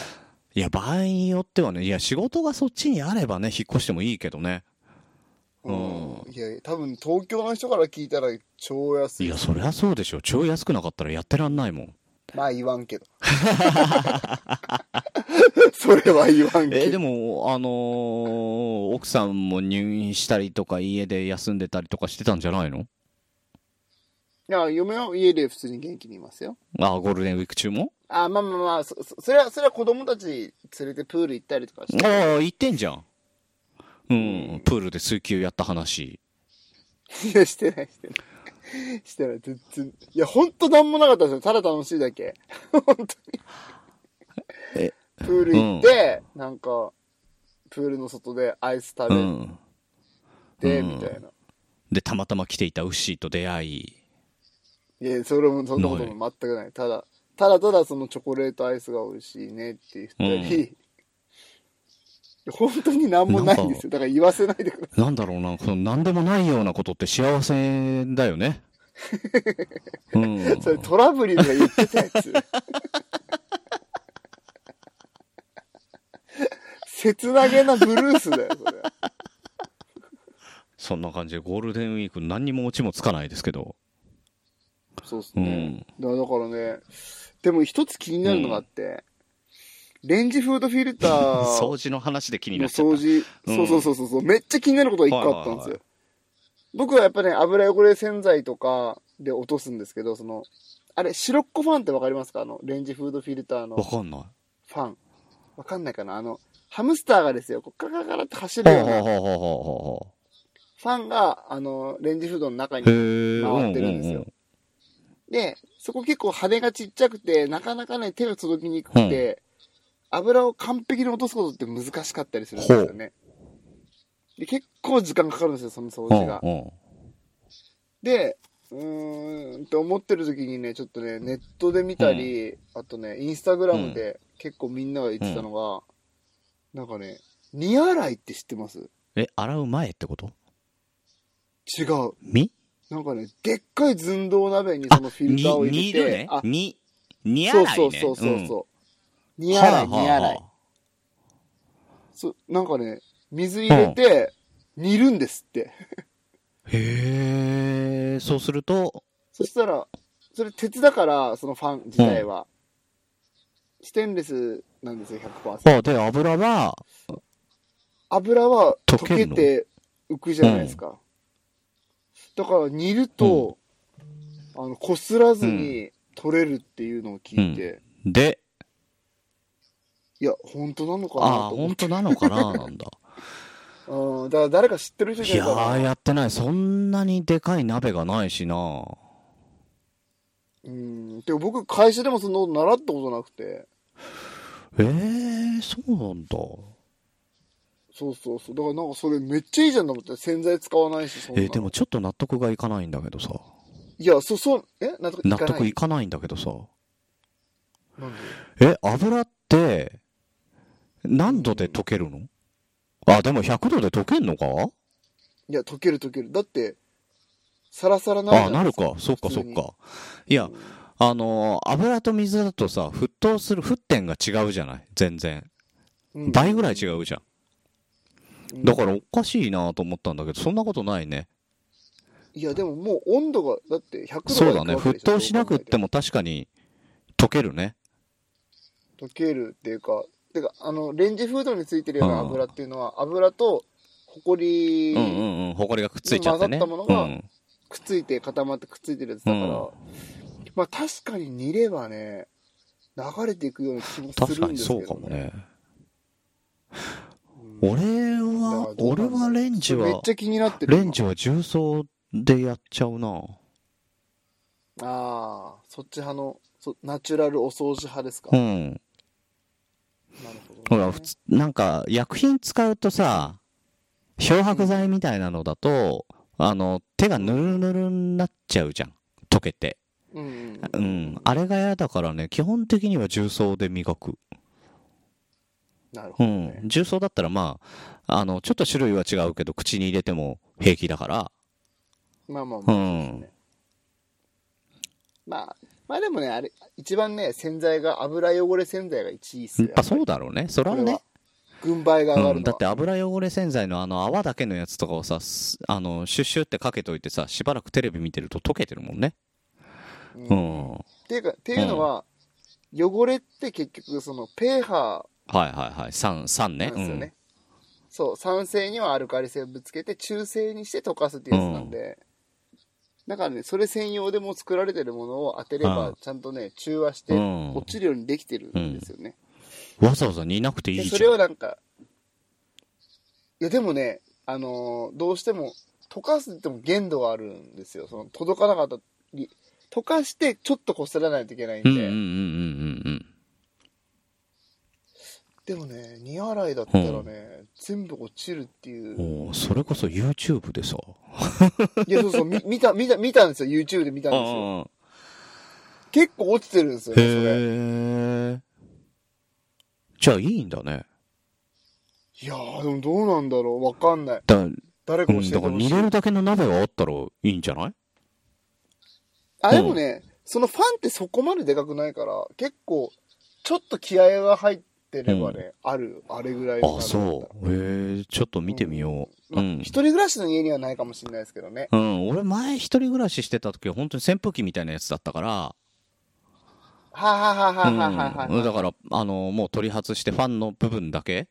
S1: いや、場合によってはね、いや、仕事がそっちにあればね、引っ越してもいいけどね。うん
S2: うんいやいや多分東京の人から聞いたら超安
S1: い
S2: い
S1: や、そりゃそうでしょ。超安くなかったらやってらんないもん。
S2: まあ言わんけど それは言わん
S1: え
S2: け
S1: で
S2: ど、
S1: も、あのー奥さんも入院したりとか、家で休んでたりとかしてたんじゃないの
S2: いや嫁は家で普通に元気にいますよ
S1: あ、ゴールデンウィーク中も
S2: あまあまあまあそそそれはそれは子供たち連れてプール行ったりとかして
S1: ああ、行ってんじゃん。うん、プールで水球やった話。
S2: いやしてないしてないしてない。全然。いや、ほんとなんもなかったですよ。ただ楽しいだけ。本当に。
S1: え
S2: プール行って、なんか、プールの外でアイス食
S1: う
S2: べ
S1: ん。
S2: て、
S1: うん
S2: みたいな。
S1: で、たまたま来ていたウッシーと出会い、
S2: いや、それもそんなことも全くない。ただ、ただただそのチョコレートアイスが美味しいねって言ったり、本当になんもないんですよ。だから言わせないでくださ
S1: なんだろうな、この何でもないようなことって幸せだよ ね。うん
S2: い。。それトラブリーが言ってたや つ。切なげなブルースだよ、それ。
S1: そんな感じで、ゴールデンウィーク何にもオチもつかないですけど。
S2: そうっすね。だだからね、でも一つ気になるのがあって、レンジフードフィルター
S1: 掃除の話で気にな
S2: の
S1: っちゃっ
S2: 掃
S1: た。
S2: 除、
S1: うん
S2: そうそうそうそうそう、めっちゃ気になることが一個あったんですよ。
S1: はいはいはい
S2: 僕はやっぱね、油汚れ洗剤とかで落とすんですけど、その、あれ、シロッコファンってわかりますかあの、レンジフードフィルターの
S1: わ
S2: フ
S1: かんない。
S2: ァン。わかんないかなあの、ハムスターがですよ、こうカラカラカラって走る
S1: ほうほ
S2: よう
S1: う
S2: なフ
S1: ほうほうほうほ
S2: ァンが、あの、レンジフードの中
S1: う。へ
S2: に。
S1: え。うん
S2: 回ってるんですよで、そこ結構羽がちっちゃくて、なかなかね、手が届きにくくて、油を完璧に落とすことって難しかったりするんですよね。で、結構時間かかるんですよ、その掃
S1: うんうん
S2: 除が。
S1: うんうん
S2: で、うーんって思ってる時にね、ちょっとね、ネットで見たり、あとね、インスタグラムで結構みんなが言ってたのが、なんかね、荷洗いって知ってます
S1: え、洗う前ってこと
S2: 違う。
S1: み
S2: なんかね、でっかい寸胴鍋に
S1: あ、
S2: そのフィルターを入れて、
S1: に、にね。に、に
S2: あ、
S1: 洗いね。
S2: そうそうそう
S1: うん。
S2: そう。荷洗い、
S1: はあはあ
S2: 荷洗い。そう、なんかね、水入れて、煮るんですって。
S1: へえ、そうすると、
S2: そしたら、それ鉄だから、そのファン自体は。ステンレスなんですよ、100%。
S1: あ、で、油は、
S2: 油は
S1: 溶け
S2: 溶け
S1: るの
S2: て浮くじゃないですか。だから煮ると、あの、こすらずに取れるっていうのを聞いて、
S1: で、
S2: いや、本当なのかな
S1: ああ、
S2: と思っ
S1: 本
S2: て。
S1: 当なのかな、なんだ。
S2: うん、だから誰か知ってる人じ
S1: い
S2: ゃな
S1: や
S2: いかな
S1: ー、やってない。そんなにでかい鍋がないしな。
S2: うん。でも僕、会社でもそんなこと習ったことなくて。
S1: ええー、そうなんだ。
S2: そうそうそう。だからなんかそれめっちゃいいじゃんと思って。洗剤使わないし、そんな
S1: え
S2: の。
S1: ーでもちょっと納得がいかないんだけどさ。
S2: いや、そうそう、え納得い
S1: 納
S2: かない。
S1: 得いかないんだけどさ。
S2: なんで
S1: え、油って、何度で溶けるのあ、でも100度で溶けんのか
S2: いや、溶ける溶ける。だって、サラサラなるじ
S1: あ、
S2: ゃな
S1: ない
S2: で
S1: る
S2: すか。
S1: か。そっか
S2: 普通
S1: そ
S2: に
S1: っか。いや、あのー油と水だとさ、沸騰する沸点が違うじゃない全然。
S2: うん
S1: 倍ぐらい違うじゃん。
S2: うん
S1: だからおかしいなと思ったんだけど、そんなことないね。
S2: いや、でももう温度が、だって100度
S1: そうだね。
S2: までいくわけ
S1: 沸
S2: でょ
S1: 騰しなくって。も確かに溶けるね。
S2: どう考えても溶けるっていうか、てか、あの、レンジフードについてるような油っていうのは、油と、ほこり
S1: うんうんうん。ほこりがくっついちゃってね。
S2: 混ざったものが
S1: うん
S2: くっついて固まってくっついてるやつだから、
S1: うん
S2: まあ確かに煮ればね、流れていくような気もす
S1: 確
S2: る
S1: か
S2: ん
S1: に
S2: ですけど、
S1: そう
S2: ね。
S1: かもね。
S2: うん。
S1: 俺
S2: だか
S1: は
S2: ら、どうな
S1: 俺
S2: んだろう
S1: はレンジ
S2: めっ
S1: は
S2: ち、ゃ気になってる。
S1: レンジは重曹でやっちゃうな。
S2: 今ああ、そっち派の、そナチュラルお掃除派ですか。
S1: うん。
S2: なるほど、ね。
S1: ほら、普通、なんか、薬品使うとさ、漂白剤みたいなのだと、あの、手がぬるぬるになっちゃうじゃん。溶けて。
S2: うんうん、
S1: うん。あれが嫌だからね、基本的には重曹で磨く。
S2: なるほ
S1: う
S2: ど、ね
S1: ん。重曹だったら、まあ、あの、ちょっと種類は違うけど、口に入れても平気だから。
S2: まあまあまあ、そうです
S1: うん
S2: ね。まあ、まあでもね、あれ、一番ね、洗剤が、油汚れ洗剤が1位っす
S1: やっ
S2: よ。
S1: ぱそうだろうね。それは
S2: これ
S1: ね
S2: は。軍配が上が
S1: う
S2: る
S1: ん、だ
S2: の
S1: っ
S2: は
S1: て油汚れ洗剤のあの泡だけのやつとかをさすあのシュッシュってかけといてさしばらくテレビ見てると溶けてるもんね
S2: うん
S1: うん、はい
S2: っていうか、っていうのは、汚れって結局、その、ペーハ
S1: はいはい酸酸
S2: ー
S1: ね
S2: なんですよね。そう、酸性にはアルカリ性をぶつけて、中性にして溶かすっていうやつなんで、だからね、それ専用でもう作られてるものを当てれ
S1: う
S2: ば
S1: ん、
S2: ちゃんとね、中和して、
S1: うん
S2: 落ちるようにできてるんですよね。
S1: うん、わざわざ煮なくていい
S2: で
S1: じ
S2: そ
S1: ゃ
S2: れ
S1: ん
S2: をなんか、いやでもね、あのーどうしても溶かすっても限度があるんですよ。その届かなかったり、溶かしてちょっとこすらないといけないん
S1: う
S2: で。
S1: んうんうんうんうん
S2: でもね、荷洗いだったらね、全部落ちるっていう
S1: う。ん。おーそれこそ YouTube でさ。
S2: いや、そうそう、み見た、見た、見たんですよ。YouTube で見たんですよ。
S1: あ
S2: 結構落ちてるんですよ
S1: あ
S2: ね、それ。
S1: へえ。じゃあいいんだね。
S2: いやー、でもどうなんだろう。わかんない。
S1: だから
S2: 誰か
S1: う
S2: 教え
S1: ん、
S2: て
S1: だから
S2: ほし
S1: 煮
S2: い。
S1: れるだけの鍋があったらいいんじゃない
S2: あ、でもね、そのファンってそこまででかくないから、結構、ちょっと気合が入ってればね、ある、あれぐらいの
S1: あ、そう。へえ、ちょっと見てみよう。う
S2: なんだったらまあ
S1: ん
S2: 一。人暮らしの家にはないかもしれないですけどね。
S1: うん、俺前一人暮らししてた時は本当に扇風機みたいなやつだったから、
S2: はあ、はあはあ
S1: う
S2: はあはあはあ
S1: ん、だから、あの、もう取り外してファンの部分だけ、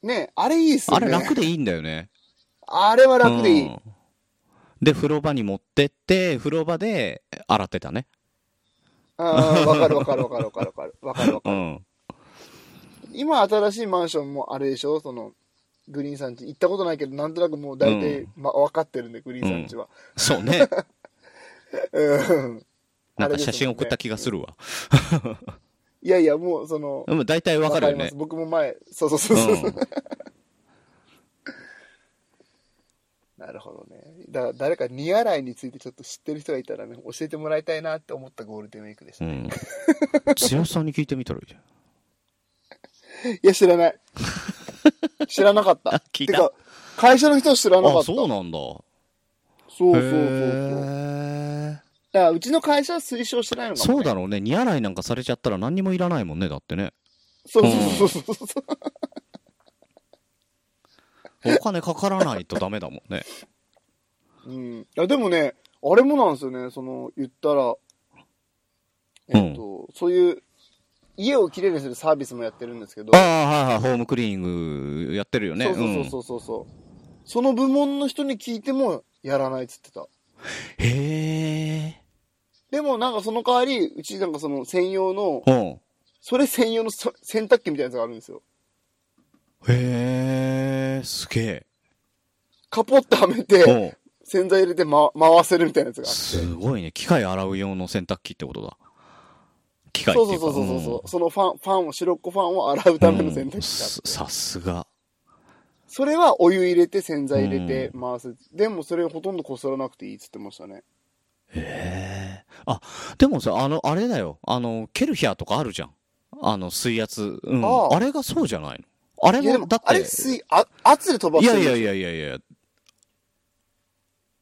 S2: ねあれいいっすよ
S1: あ
S2: ね。
S1: れ楽でいいんだよね。
S2: あれは楽でいい。
S1: うんで、風呂場に持ってって、風呂場で洗ってたね。
S2: あーわかるわかるわかるわかるわかる。わかるわか
S1: う
S2: る。
S1: ん。
S2: 今新しいマンションもあれでしょその、グリーンさんち行ったことないけど、なんとなくもう大体、ま、分かってるんで、グリーンさんちは。
S1: そうね。
S2: うん。
S1: なんか写真送った気がす
S2: る。
S1: るわ。
S2: いやいや、もうその、
S1: うん、大体わかるよ
S2: りま
S1: ね
S2: す。僕も前、そうそうそうそう。
S1: うん。
S2: なるほどね。だから誰か荷洗いについてちょっと知ってる人がいたらね、教えてもらいたいなって思ったゴールデンウィークでし
S1: う
S2: た。
S1: ん。 強さんに聞いてみたらいいじゃん。
S2: いや、知ら ない。知らなかった。
S1: 聞いた
S2: てか、会社の人は知らなか
S1: あ、
S2: った。
S1: そうなんだ。
S2: そうそうそうそう。だ
S1: へ
S2: か
S1: ー
S2: らうちの会社は推奨してないのかも、ね。
S1: そうだろうね。荷洗いなんかされちゃったら何にもいらないもんね。だってね。
S2: そうそうそうそうそう。
S1: お金かからないとダメだもん ね。
S2: うん、いやでもね、あれもなんですよね、その言ったら、えっと、そういう家をきれいにするサービスもやってるんですけど、
S1: ああ、はいはい。ホームクリーニングやってるよね。
S2: そうそうそうそうそう、その部門の人に聞いてもやらないっつってた。
S1: うんへえ。
S2: でもなんかその代わり、うちなんかその専用の、
S1: うん。
S2: それ専用のそ洗濯機みたいなやつがあるんですよ。
S1: へえ、すげえ。
S2: カポッとはめて、洗剤入れて、ま、回せるみたいなやつ
S1: うん
S2: があって。
S1: すごいね。機械洗う用の洗濯機ってことだ。機械
S2: そ
S1: っ
S2: う
S1: ていう
S2: そ
S1: うか。
S2: そうそうそうそう、
S1: ん
S2: そのファン、ファンを、白っ子ファンを洗うための洗濯機があって。
S1: うんすさすが。
S2: それはお湯入れて洗剤入れて回す、でもそれほとんどこすらなくていいっつってましたね
S1: へえ。あ、でもさ、あの、あれだよ。あの、ケルヒャーとかあるじゃん。あの、水圧。うん。
S2: あ
S1: あ
S2: あ
S1: れがそうじゃないのあれ
S2: いやで
S1: も、
S2: も
S1: だって。
S2: あれ水あ圧で飛ば
S1: い
S2: して
S1: や
S2: る
S1: いやいやいやいや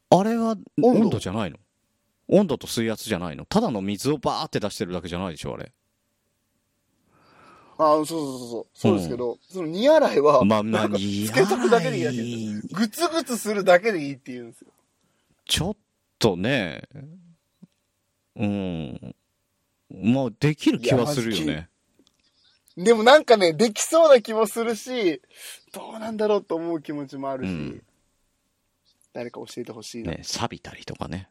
S1: あれは
S2: 温度
S1: 温度じゃないの温度と水圧じゃないのただの水をバーって出してるだけじゃないでしょあれ
S2: あそうそうそうそうそうですけど、その荷洗いは、
S1: まあまあ
S2: なんか
S1: に
S2: つけとくだけでいいらしいですグツグツするだけでいいって言うんですよ
S1: ちょっとねうんまあできる気はするよ
S2: いや
S1: ね
S2: でもなんかねできそうな気もするしどうなんだろうと思う気持ちもあるし、
S1: うん
S2: 誰か教えてほしいな、
S1: ね錆びたりとかね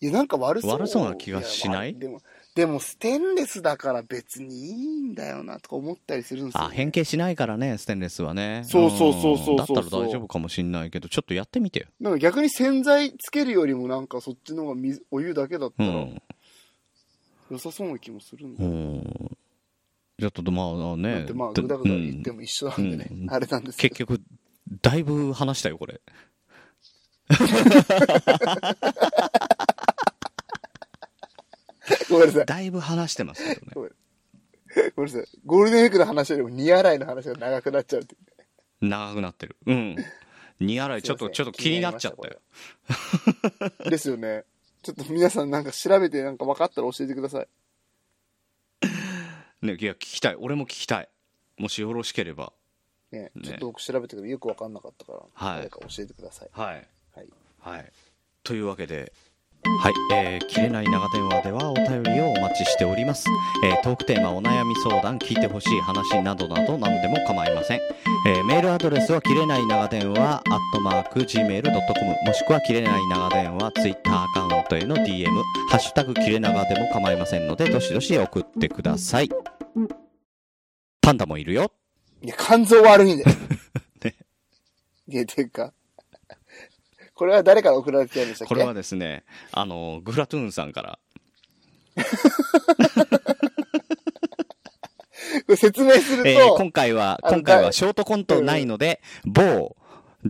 S2: いやなんか悪そう
S1: 悪そうな気がしない
S2: やまあでもでもステンレスだから別にいいんだよなとか思ったりするんですよ、
S1: あ
S2: ね、
S1: 変形しないからねステンレスはね
S2: そうそうそうそうそうそうん
S1: だったら大丈夫かもしんないけどちょっとやってみてよ
S2: なんか逆に洗剤つけるよりもなんかそっちの方が水お湯だけだった
S1: う
S2: ら
S1: ん
S2: 良さそうな気もするんだ
S1: う
S2: よ、
S1: んちょっとまあ
S2: だ
S1: ね
S2: ってまあ
S1: と
S2: グダグ
S1: う
S2: ダ
S1: ん
S2: 言っても一緒なんでね、
S1: うん
S2: あれなんですけ
S1: 結
S2: ど
S1: 局、だいぶ話したよ、これ。
S2: ごめんなさ い
S1: だいぶ話してますけどね。
S2: ごめんなさいゴールデンウィークの話よりも荷洗いの話が長くなっちゃうっていう
S1: 長くなってる。 うん。荷洗い、ちょっと、
S2: すいません
S1: ちょっと気になっちゃったよ。
S2: ですよねちょっと皆さんなんか調べてなんか分かったら教えてください
S1: ね、いや、聞きたい。俺も聞きたい。もしよろしければ。
S2: ね
S1: ね
S2: ちょっと僕調べたけどよく分かんなかったから、
S1: はい
S2: 誰か教えてください
S1: はい。
S2: はい
S1: はい。というわけで、はい、えー、切れない長電話ではお便りをお待ちしております。えー、トークテーマ、お悩み相談、聞いてほしい話などなど何でも構いません。えー、メールアドレスは切れない長電話、アットマーク、gmail.com、もしくは切れない長電話、ツイッターアカウントへの DM、ハッシュタグ切れ長でも構いませんので、どしどし送ってください。パンダもいるよ。
S2: いや肝臓悪いんだよ
S1: ね
S2: いや、ていうか、これは誰から送られてきたんでしたっけ
S1: これはですね、あの、グラトゥーンさんから。
S2: 説明すると、
S1: えー今回は、
S2: あの
S1: 今回は
S2: だ
S1: ショートコントないので、某、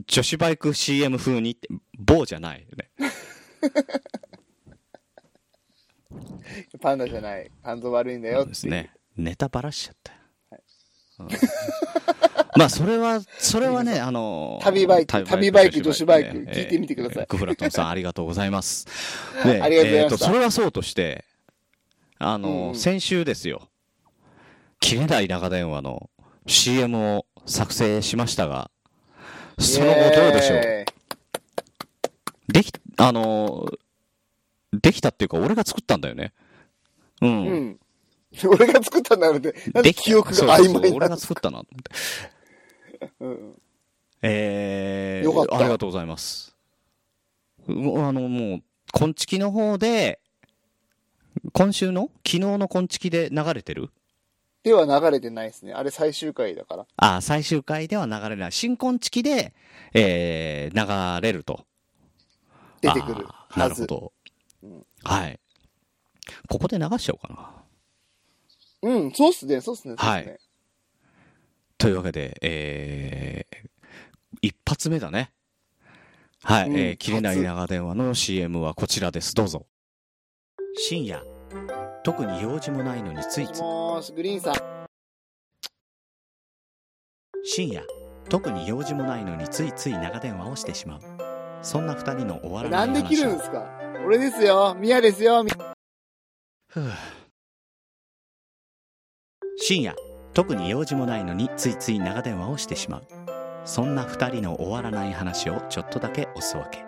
S1: 女子バイク CM 風にって、某じゃないよね。
S2: パンダじゃない、肝臓悪いんだ
S1: そ
S2: よ
S1: う
S2: っ
S1: で
S2: て
S1: す
S2: いう。
S1: ね。ネタばらしちゃったよ。うんまあ、それは、それはね、あのー
S2: 旅バイク旅バイク女子バイク
S1: ね
S2: 聞いてみてください
S1: えークフラトンさん、ありがとうございます。で
S2: ありがとうございました
S1: えーそれはそうとして、あのー
S2: うんうん
S1: 先週ですよ。切れない長電話の CM を作成しましたが、その後どうでしょ
S2: イ
S1: う
S2: エ
S1: でき、あのーできたっていうか、俺が作ったんだよね。
S2: ーイうん。俺が作ったんだろうって、なんで
S1: きた
S2: 記憶
S1: そう
S2: が
S1: そう
S2: 曖
S1: そう
S2: 昧に
S1: 俺が
S2: なっ
S1: 作ったなと思って。
S2: うん
S1: えー、
S2: よかった
S1: ありがとうございます。うあの、もう、こんちきの方で、今週の昨日のこんちきで流れてる
S2: では流れてないですね。あれ最終回だから。
S1: あ、最終回では流れない。新こんちきで、えー、流れると。
S2: 出てくる
S1: あーな
S2: は
S1: るほ
S2: ず。
S1: ど。はい。ここで流しちゃおうかな。
S2: うん、そうっすね、そうっすね。
S1: はい
S2: そうっすね
S1: というわけで、えー、一発目だね。はい、
S2: うん
S1: えー切れない長電話の CM はこちらです。どうぞ。深夜、特に用事もないのについ
S2: も
S1: つ
S2: しもーし、グリーンさん。
S1: 深夜、特に用事もないのについつい長電話をしてしまう。そんな二人の終わらな
S2: ない
S1: 話
S2: ん
S1: を
S2: で切るんですか俺ですよ、ミヤですよ、み
S1: ふう深夜特に用事もないのについつい長電話をしてしまうそんな二人の終わらない話をちょっとだけおすわけ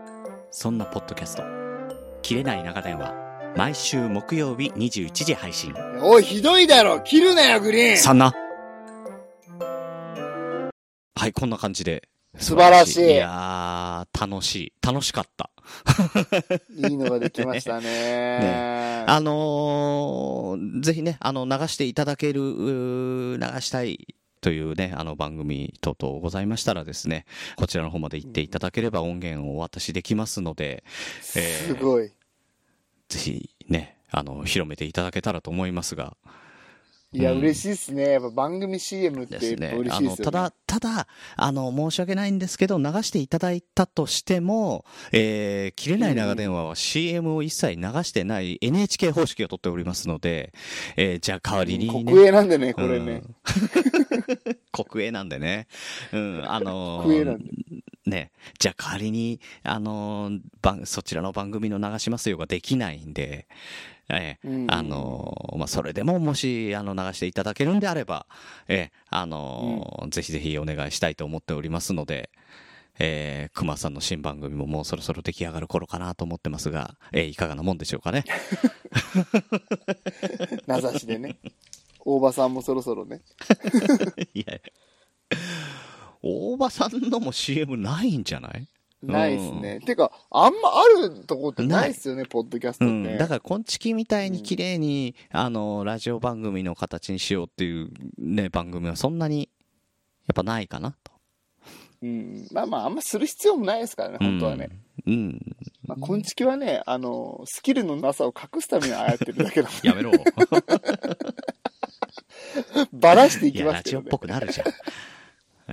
S1: そんなポッドキャスト「切れない長電話」毎週木曜日21時配信
S2: おい、ひどいだろ切るなよ、グリーン
S1: さんなはいこんな感じで
S2: 素晴らしい
S1: いやー楽しい楽しかった
S2: いいのができましたね
S1: ねあのーぜひね、あの、流していただける、うー流したい。というね、あの番組等々ございましたらですね、こちらの方まで行っていただければ音源をお渡しできますので、えー
S2: すごい。
S1: ぜひね、あの、広めていただけたらと思いますが、
S2: いや、
S1: うん
S2: 嬉しいっすね。やっぱ番組 CM って
S1: で
S2: や
S1: す
S2: っぱ
S1: ね、
S2: 嬉
S1: あ
S2: しいっ
S1: の、た
S2: すよ、ね
S1: だ、ただ、あの、申し訳ないんですけど、流していただいたとしても、えー切れない長電話は CM を一切流してない NHK 方式をとっておりますので、えーじゃあ代わりに、ね、
S2: 国営なんでね、これね。
S1: うん。国営なんでね。うん、あのー
S2: 国営なんで。
S1: ね。じゃあ代わりに、あのー番そちらの番組の流しますよができないんで、ええ
S2: うん
S1: あのーまあ、それでももし、あの、流していただけるんであれば、ええあのーぜひぜひお願いしたいと思っておりますので、えー、熊さんの新番組ももうそろそろ出来上がる頃かなと思ってますが、えーいかがなもんでしょうかね。
S2: 名指しでね。大場さんもそろそろね。
S1: いやいや大場さんのも CM ないんじゃない
S2: ないっすね。てか、あんまあるとこってないっすよね、ポッドキャスト
S1: う
S2: って。
S1: ん、だから、こんちきみたいに綺麗に、あの、ラジオ番組の形にしようっていうね、番組はそんなに、やっぱないかなと。
S2: うん。まあまあ、あんまする必要もないですからね、本当はね。
S1: うん。うん。
S2: まあ、昆虫はね、あの、スキルのなさを隠すためにああやってるだけだ
S1: やめ ろ。
S2: ばらしてい
S1: い
S2: き
S1: や、
S2: ま
S1: ラ
S2: すけ
S1: ジオ
S2: ど
S1: っ
S2: ね
S1: ぽ。くなるじゃん。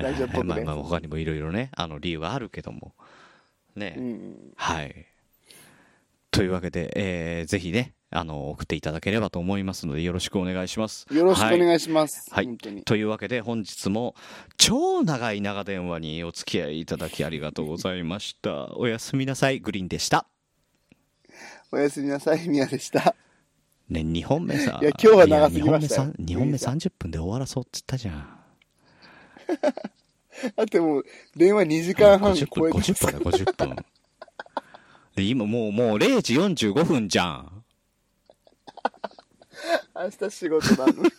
S2: ラジオっぽくね
S1: まあまあ、他にもいろいろね、あの、理由はあるけども。ね。
S2: うん。
S1: はい。というわけで、えーぜひね、あの、送っていただければと思いますので、よろしくお願いします。
S2: よろしくお
S1: はい
S2: 願いします。
S1: はい
S2: 本当に。
S1: というわけで本日も超長い長電話にお付き合いいただきありがとうございました。おやすみなさい、グリーンでした。
S2: おやすみなさい、みやでした。
S1: ね、2本目さ。
S2: いや今日は長すぎましたよ
S1: いや二本目さん二本目30分で終わらそうっつったじゃん。
S2: だってもう、電話2時間半
S1: 50
S2: 超
S1: 分、
S2: えてます
S1: 50分だ、50分。で、今もう、もう0時45分じゃん。
S2: 明日仕事なのに。